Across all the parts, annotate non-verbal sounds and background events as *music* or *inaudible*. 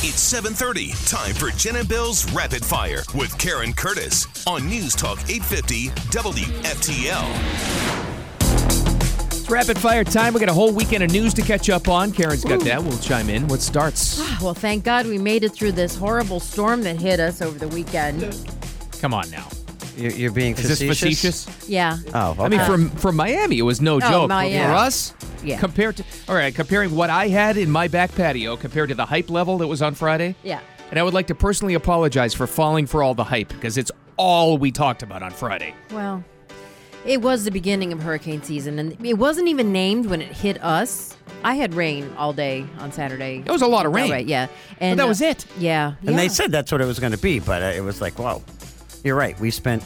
It's 7:30. Time for Jen and Bill's Rapid Fire with Karen Curtis on News Talk 850 WFTL. It's rapid fire time. We got a whole weekend of news to catch up on. Karen's got that. We'll chime in. What starts? Well, thank God we made it through this horrible storm that hit us over the weekend. Come on now. You're, you're being Is this facetious. facetious? Yeah. Oh, okay. I mean, from from Miami, it was no joke. Miami. For us, Oh, Yeah. compared to all right, comparing what I had in my back patio compared to the hype level that was on Friday. Yeah. And I would like to personally apologize for falling for all the hype because it's all we talked about on Friday. Well, it was the beginning of hurricane season, and it wasn't even named when it hit us. I had rain all day on Saturday. It was a lot of rain. Right, yeah. And uh, that was it. Yeah. and yeah. they said that's what it was going to be, but uh, it was like, wow, you're right. We spent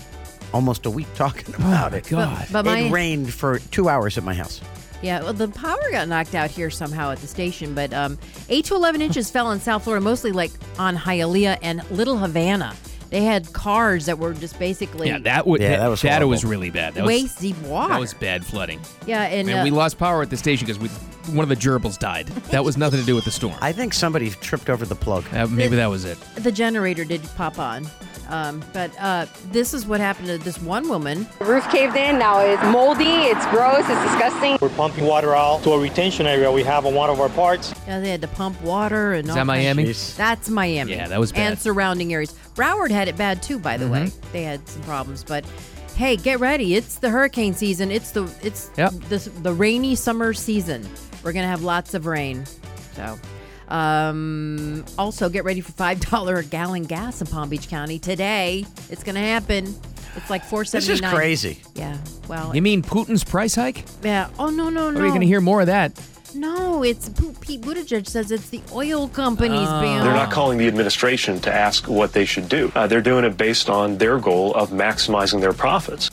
almost a week *laughs* talking about it. Oh God. But my it rained for two hours at my house. yeah, well, the power got knocked out here somehow at the station, but um, eight to eleven inches *laughs* fell in South Florida, mostly like on Hialeah and Little Havana. They had cars that were just basically yeah, that would Yeah, that was that horrible. was really bad. That waist was deep water. that was bad flooding. Yeah, and Man, uh, we lost power at the station because we one of the gerbils died. That was nothing to do with the storm. I think somebody tripped over the plug. Uh, maybe that was it. the generator did pop on. Um, but uh, this is what happened to this one woman. The roof caved in. Now it's moldy. It's gross. It's disgusting. We're pumping water out to a retention area we have on one of our parks. Uh, they had to pump water and Is all that kinds of- Miami? Jeez. That's Miami. Yeah, that was And bad. Mm-hmm. surrounding areas. Broward had it bad too, by the way. They had some problems, but hey, get ready. It's the hurricane season. It's the it's Yep. the, the rainy summer season. We're gonna have lots of rain. So um also get ready for five dollar a gallon gas in Palm Beach County today. It's gonna happen. It's like four This seventy is nine. crazy. Yeah. Well You mean Putin's price hike? yeah. Oh no no no. Are you going to hear more of that? No, it's P- Pete Buttigieg says it's the oil companies, Oh. Bill. They're not calling the administration to ask what they should do. Uh, they're doing it based on their goal of maximizing their profits.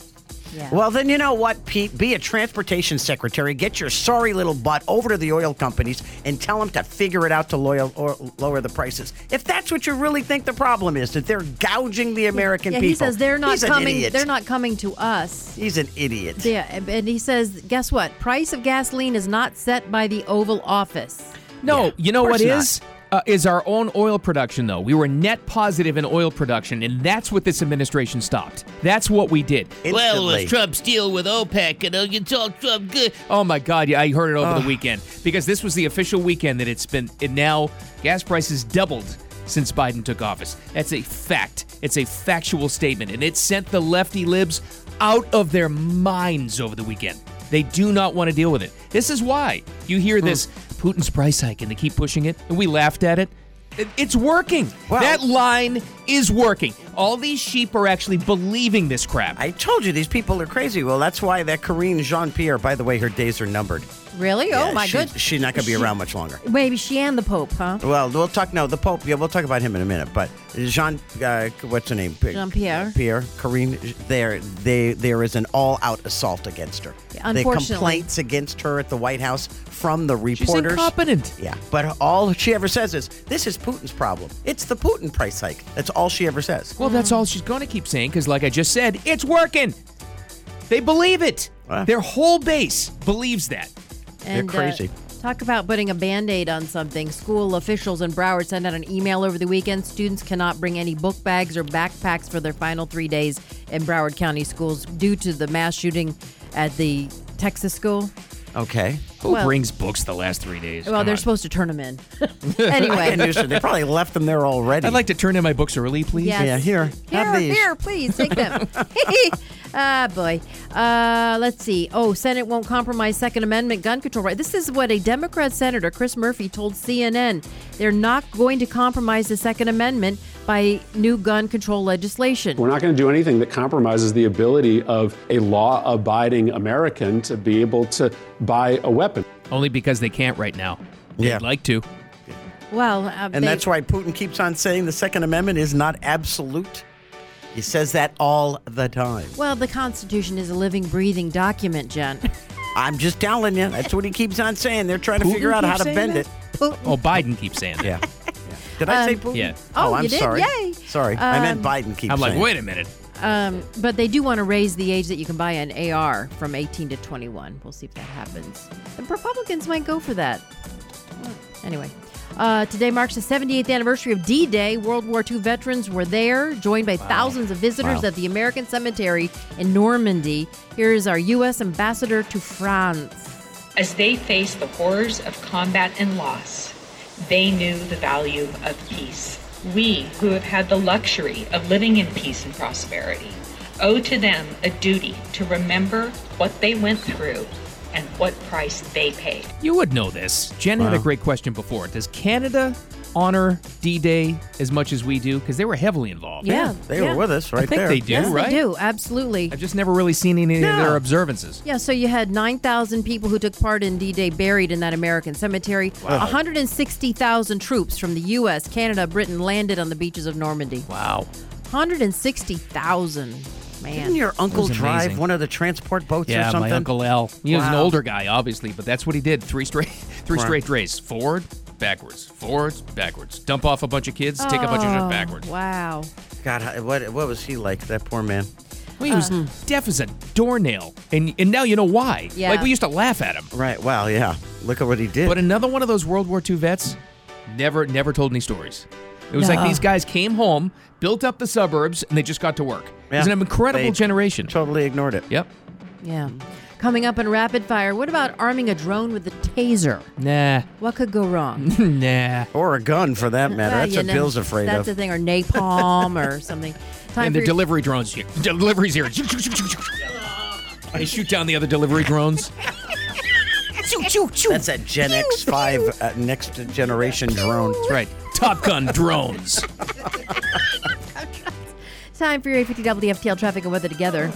Yeah. Well, then you know what, Pete? Be a transportation secretary. Get your sorry little butt over to the oil companies and tell them to figure it out to loyal or lower the prices. If that's what you really think the problem is, that they're gouging the American yeah, people. he says they're not He's an coming. idiot. They're not coming to us. He's an idiot. Yeah, and and he says, guess what? Price of gasoline is not set by the Oval Office. No, Yeah, you know of what course not. is? Uh, is our own oil production though. We were net positive in oil production and that's what this administration stopped. That's what we did. Well, Instantly. was Trump's deal with OPEC and you talk Trump good. Oh my god, yeah, I heard it over the weekend because this was the official weekend that it's been and now gas prices doubled since Biden took office. That's a fact. It's a factual statement and it sent the lefty libs out of their minds over the weekend. They do not want to deal with it. This is why you hear this Putin's price hike and they keep pushing it, and we laughed at it. It- It's working. Well- that line is working. All these sheep are actually believing this crap. I told you these people are crazy. Well, that's why that Corinne Jean Pierre, by the way, her days are numbered. Really? Yeah, oh my she- goodness. She's not going to be around much longer. Maybe she and the Pope, huh? Well, we'll talk. No, the Pope. Yeah, we'll talk about him in a minute. But Jean, uh, what's her name? P- Jean-Pierre. Pierre, Karine. There, they, there is an all-out assault against her. the unfortunately. complaints against her at the White House from the She's reporters. incompetent. Yeah, but all she ever says is, "This is Putin's problem. It's the Putin price hike." That's all she ever says. Well, that's all she's going to keep saying because, like I just said, it's working. They believe it. Wow. Their whole base believes that. And, uh, crazy. talk about putting a band aid on something. School officials in Broward sent out an email over the weekend. Students cannot bring any book bags or backpacks for their final three days in Broward County schools due to the mass shooting at the Texas school. Okay. Who Well- brings books the last three days? Well, Come they're on. supposed to turn them in. I anyway. knew so. They probably *laughs* left them there already. I'd like to turn in my books early, please. Yes. Yeah, here. Have Here, these. here, please take *laughs* them. ah, boy. Uh, let's see. Oh, Senate won't compromise Second Amendment gun control right. This is what a Democrat senator, Chris Murphy, told CNN. They're not going to compromise the Second Amendment by new gun control legislation. We're not going to do anything that compromises the ability of a law abiding American to be able to buy a weapon. Only because they can't right now. Yeah. They'd like to. well, uh, And that's why Putin keeps on saying the Second Amendment is not absolute. He says that all the time. Well, the Constitution is a living, breathing document, Jen. I'm just telling you. That's what he keeps on saying. They're trying to figure out how to bend it. Oh, Biden keeps saying that. Yeah. Did I say Putin? yeah. Oh, I'm you did? sorry. Yay. Sorry. I meant Biden keeps I'm like, saying. wait a minute. Um, but they do want to raise the age that you can buy an AR from 18 to 21. We'll see if that happens. The Republicans might go for that. Anyway, Uh, today marks the 78th anniversary of D Day. World War II veterans were there, joined by thousands of visitors at the American Cemetery in Normandy. Here is our U.S. ambassador to France. As they faced the horrors of combat and loss, they knew the value of peace. We, who have had the luxury of living in peace and prosperity, owe to them a duty to remember what they went through and what price they paid. You would know this. Jen had a great question before. Does Canada honor D Day as much as we do? Because they were heavily involved. Yeah, They yeah. were with us right I think there. they do, Yes, right? they do. Absolutely. I've just never really seen any of their observances. Yeah, so you had 9,000 people who took part in D Day buried in that American cemetery. 160,000 troops from the U.S., Canada, Britain landed on the beaches of Normandy. Wow. 160,000. Didn't Man. your uncle was drive amazing. one of the transport boats Yeah, or something? my uncle Al. He was an Wow. older guy, obviously, but that's what he did. Three straight, *laughs* three straight days. Forward, backwards, forwards, backwards. Dump off a bunch of kids, take a bunch Oh. of shit backwards. Wow. God, how- what, what was he like, that poor man? Well, he Uh. was deaf as a doornail, and and now you know why. Yeah. Like we used to laugh at him. Right, wow, yeah. Look at what he did. But another one of those World War II vets never never told any stories. It was like these guys came home, built up the suburbs, and they just got to work. It's Yeah. an incredible They generation. totally ignored it. Yep. Yeah. Coming up in rapid fire, what about arming a drone with a taser? Nah. What could go *laughs* wrong? nah. Or a gun, for that matter. Uh, Well, That's you what know, Bill's afraid that's of. the thing, or napalm or *laughs* something. and Time for their your- delivery drones. Deliveries here. They shoot down the other delivery drones. That's that Gen X five uh, next generation drone. That's right. Top Gun drones. Time for your 850 WFTL traffic and weather together.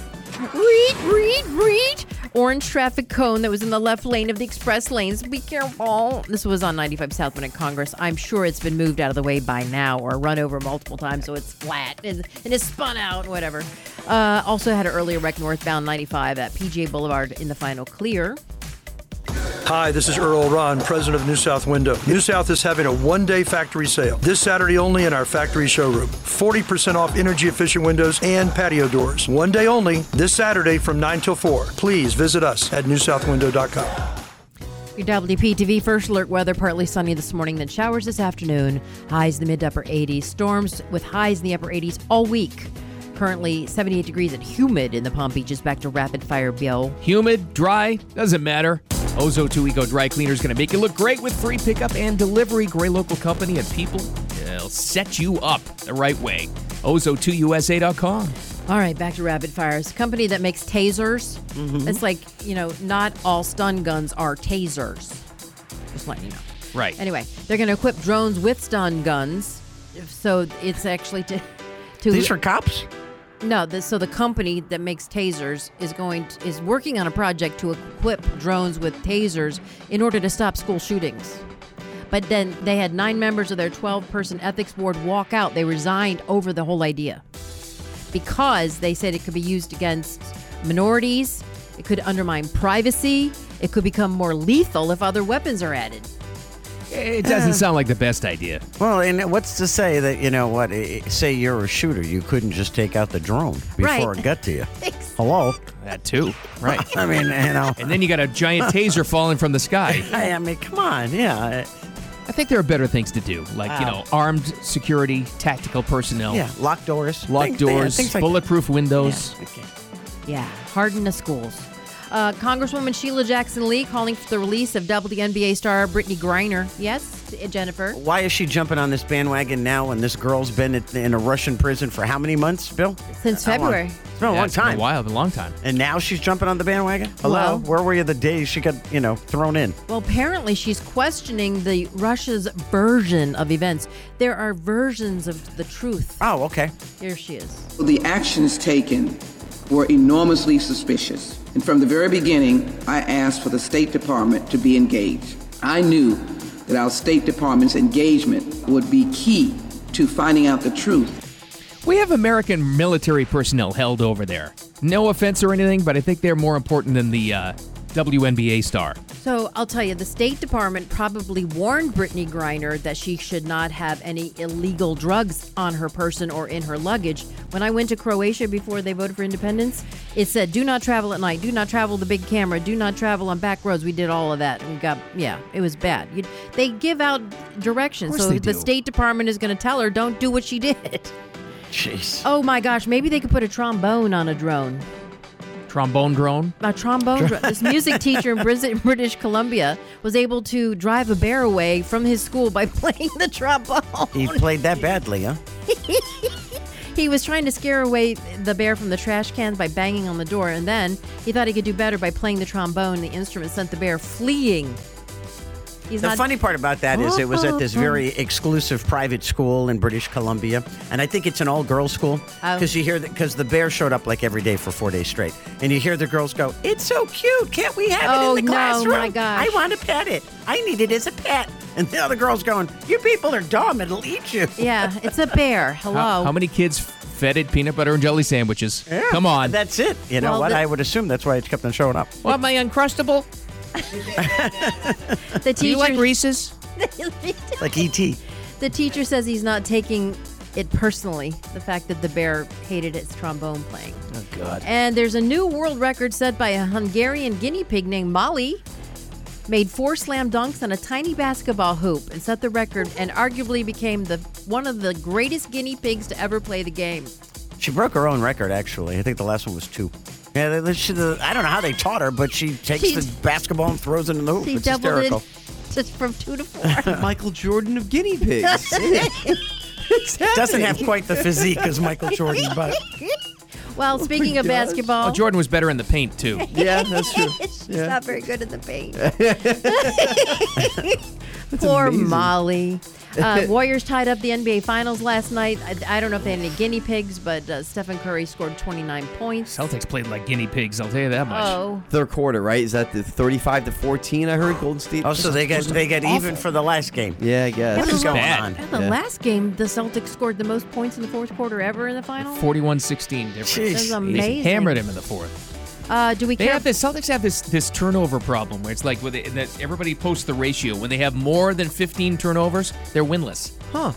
Read, read, read. Orange traffic cone that was in the left lane of the express lanes. Be careful. This was on 95 Southbound at Congress. I'm sure it's been moved out of the way by now or run over multiple times so it's flat and, and it's spun out, whatever. Uh, also had an earlier wreck northbound 95 at PGA Boulevard in the final clear. Hi, this is Earl Ron, president of New South Window. New South is having a one day factory sale this Saturday only in our factory showroom. 40% off energy efficient windows and patio doors. One day only this Saturday from 9 till 4. Please visit us at newsouthwindow.com. Your WPTV first alert weather partly sunny this morning, then showers this afternoon. Highs in the mid to upper 80s. Storms with highs in the upper 80s all week. Currently 78 degrees and humid in the Palm Beaches. Back to rapid fire, Bill. Humid, dry, doesn't matter. Ozo 2 Eco Dry Cleaner is going to make you look great with free pickup and delivery. Great local company and people. They'll set you up the right way. Ozo2USA.com. All right, back to rapid fires. Company that makes tasers. It's like, you know, not all stun guns are tasers. Just letting you know. Right. Anyway, they're going to equip drones with stun guns. So it's actually to. to These are cops. No, the, so the company that makes tasers is going to, is working on a project to equip drones with tasers in order to stop school shootings. But then they had nine members of their 12-person ethics board walk out. They resigned over the whole idea because they said it could be used against minorities. It could undermine privacy. It could become more lethal if other weapons are added. *laughs* It doesn't sound like the best idea. Well, and what's to say that you know what? eh, eh, Say you're a shooter, you couldn't just take out the drone before Right. it got to you. Hello. That too. Right. I mean, you know. and then you got a giant taser falling from the sky. I I mean, come on, yeah, eh, I think there are better things to do, like you know, armed security, tactical personnel, yeah. Locked doors, Oh. locked Things- yeah, doors, things like that. bulletproof windows. Yeah, harden the schools. Uh, Congresswoman Sheila Jackson Lee calling for the release of WNBA star Brittany Griner. Yes, Jennifer. Why is she jumping on this bandwagon now when this girl's been at, in a Russian prison for how many months, Bill? Since How long? February. It's been a Yeah, long it's been time. a while, been a long time. And now she's jumping on the bandwagon? Hello? Well- Where were you the day she got, you know, thrown in? Well, apparently she's questioning the Russia's version of events. There are versions of the truth. Oh, okay. Here she is. The actions taken were enormously suspicious. And from the very beginning, I asked for the State Department to be engaged. I knew that our State Department's engagement would be key to finding out the truth. We have American military personnel held over there. No offense or anything, but I think they're more important than the uh, WNBA star. So I'll tell you, the State Department probably warned Brittany Griner that she should not have any illegal drugs on her person or in her luggage. When I went to Croatia before they voted for independence, it said, "Do not travel at night. Do not travel the big camera. Do not travel on back roads." We did all of that. We got yeah, it was bad. You, they give out directions, Of course so they the do. State Department is going to tell her, "Don't do what she *laughs* did." Jeez. Oh my gosh, maybe they could put a trombone on a drone. Trombone drone. A trombone. dr- this music teacher in Bris- British Columbia was able to drive a bear away from his school by *laughs* playing the trombone. He played that badly, huh? He was trying to scare away the bear from the trash cans by banging on the door, and then he thought he could do better by playing the trombone. The instrument sent the bear fleeing. He's the not- funny part about that is it was at *laughs* this very exclusive private school in British Columbia, and I think it's an all-girls school Oh. because you hear that because the bear showed up like every day for four days straight, and you hear the girls go, "It's so cute! Can't we have Oh, it in the no, classroom? my gosh. I want to pet it. I need it as a pet." And the other girls going, "You people are dumb. It'll eat you." Yeah, it's a bear. Hello. *laughs* How, how many kids f- fed it peanut butter and jelly sandwiches? Come on. That's it. You know Well, what? the- I would assume that's why it kept on showing up. What, my uncrustable? The Do you like teacher- Reese's? Like E ET. *laughs* The teacher says he's not taking it personally, the fact that the bear hated its trombone playing. Oh God. And there's a new world record set by a Hungarian guinea pig named Molly. Made four slam dunks on a tiny basketball hoop and set the record, and arguably became the one of the greatest guinea pigs to ever play the game. She broke her own record, actually. I think the last one was two. Yeah, they- they- she, the, I don't know how they taught her, but she takes She- the basketball and throws it in the hoop. She It's doubled hysterical. *laughs* it to, from two *laughs* to four. Michael Jordan of guinea pigs. Doesn't have quite the physique as Michael *laughs* Jordan, but well, speaking of basketball, Oh, Jordan was better in the paint, *laughs* too. She's Yeah. not very good at *laughs* the paint. *laughs* Poor amazing. *laughs* Molly. Uh, Warriors tied up the NBA Finals last night. I, I don't know if they had any guinea pigs, but uh, Stephen Curry scored 29 points. Celtics played like guinea pigs, I'll tell you that much. Oh, Third quarter, right? Is that the 35 to 14? I heard Golden State. Oh, so they got- they got even for the last game. Yeah, I guess. What is going on? at the Yeah. last game, the Celtics scored the most points in the fourth quarter ever in the final. 41 16 difference. Jeez. This is They amazing. hammered him in the fourth. Uh, do we They care? have this. Celtics have this this turnover problem where it's like with it, that everybody posts the ratio. When they have more than 15 turnovers, they're winless. Huh.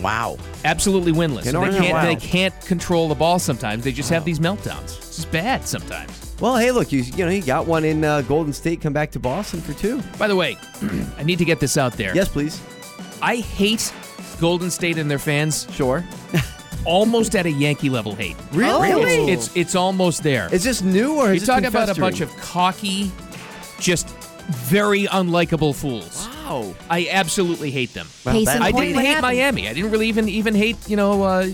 Wow. Absolutely winless. You So know, they I know, can't wow. they can't control the ball sometimes. They just have these meltdowns. It's just bad sometimes. Well, hey, look, you you know you got one in uh, Golden State. Come back to Boston for two. By the way, *clears throat* I need to get this out there. Yes, please. I hate Golden State and their fans. Sure. almost at a Yankee level hate. Really? Really? It's, it's it's almost there. Is this new or has you this talk been about a festering? bunch of cocky, just very unlikable fools. Wow. I absolutely hate them. Well, Case that- in I point, didn't what hate happened? Miami. I didn't really even even hate you know uh,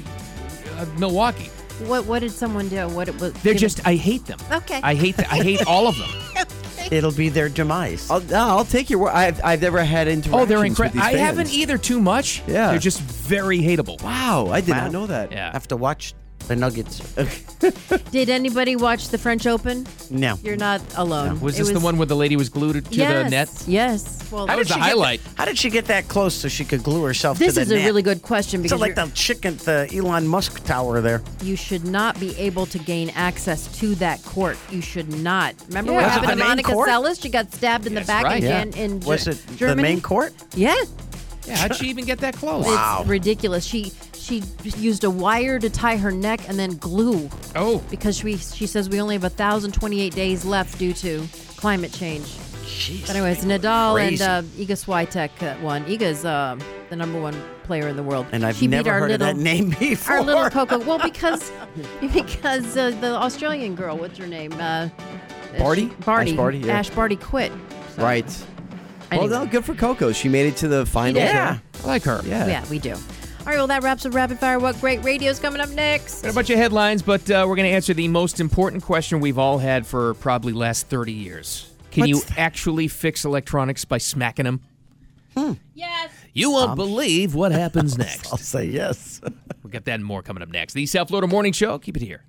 uh, Milwaukee. what What did someone do? What it was? They're just I hate them. Okay. I hate th- I hate all of them. it'll be their demise. I'll, no, I'll take your word. I've, I've never had interactions. Oh, they're with incredible. these I fans. haven't either too much. Yeah. They're just very hateable. Wow, I did Wow. not know that. Yeah. Have to watch the Nuggets. *laughs* Did anybody watch the French Open? no. You're not alone. Was It this the one where the lady was glued to yes, the net? Yes. Well, How did she she get- highlight? How did she get that close so she could glue herself This to the is a net? really good question So because like you're- the chicken, the Elon Musk tower there. you should not be able to gain access to that court. You should not. Remember what Yeah. happened The to main Monica court? Seles? She got stabbed in the back right. again Yeah. in Ge- Was it the Germany. main court? Yeah. Yeah, how'd she even get that close? It's ridiculous. She she used a wire to tie her neck and then glue. Oh. Because we she says we only have 1,028 days left due to climate change. Jeez. But anyways, Nadal crazy. and uh, Iga Swiatek uh, won. Iga's uh, the number one player in the world. And I've she beat never our heard of little, that *laughs* name before. Our little Coco. *laughs* Well, because because uh, the Australian girl, what's her name? Uh, Barty? she- Barty. Ash Barty, yeah. Ash Barty quit. Right. Anyway. Well, no, good for Coco. She made it to the finals. did. huh? I like her. Yeah. Yeah, we do. All right, well, that wraps up Rapid Fire. What great radio's coming up next? Got a bunch of headlines, but uh, we're going to answer the most important question we've all had for probably last 30 years. Can you actually fix electronics by smacking them? Hmm. Yes. You won't believe *laughs* what happens next. I'll say yes. We'll get that and more coming up next. The South Florida Morning Show. Keep it here.